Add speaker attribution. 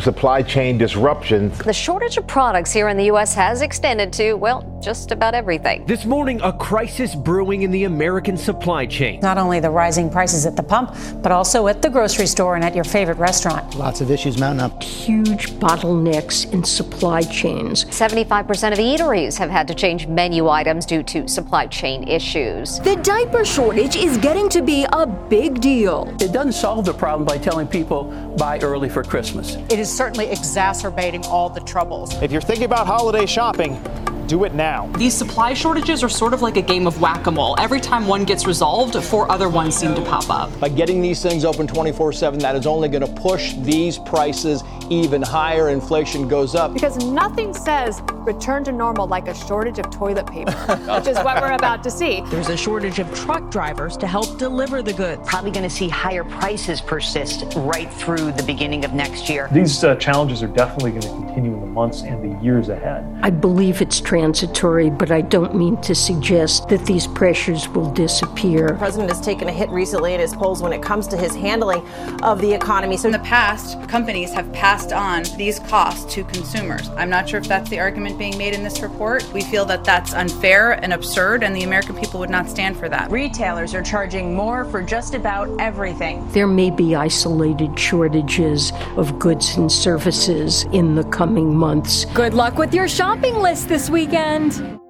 Speaker 1: Supply chain disruptions.
Speaker 2: The shortage of products here in the U.S. has extended to, well, just about everything.
Speaker 3: This morning, a crisis brewing in the American supply chain.
Speaker 4: Not only the rising prices at the pump, but also at the grocery store and at your favorite restaurant.
Speaker 5: Lots of issues mounting up.
Speaker 6: Huge bottlenecks in supply chains.
Speaker 2: 75% of eateries have had to change menu items due to supply chain issues.
Speaker 7: The diaper shortage is getting to be a big deal.
Speaker 8: It doesn't solve the problem by telling people buy early for Christmas.
Speaker 4: It is certainly exacerbating all the troubles.
Speaker 9: If you're thinking about holiday shopping, do it now.
Speaker 10: These supply shortages are sort of like a game of whack a mole. Every time one gets resolved, four other ones seem to pop up.
Speaker 11: By getting these things open 24 7, that is only going to push these prices even higher. Inflation goes up.
Speaker 12: Because nothing says return to normal like a shortage of toilet paper, which is what we're about to see.
Speaker 13: There's a shortage of truck drivers to help deliver the goods.
Speaker 14: Probably going to see higher prices persist right through the beginning of next year.
Speaker 15: These uh, challenges are definitely going to continue in the months and the years ahead.
Speaker 6: I believe it's transitory, but I don't mean to suggest that these pressures will disappear.
Speaker 16: The president has taken a hit recently in his polls when it comes to his handling of the economy.
Speaker 17: So in the past, companies have passed on these costs to consumers. I'm not sure if that's the argument being made in this report. We feel that that's unfair and absurd, and the American people would not stand for that.
Speaker 18: Retailers are charging more for just about everything.
Speaker 6: There may be isolated shortages of goods and services in the coming months.
Speaker 7: Good luck with your shopping list this week weekend.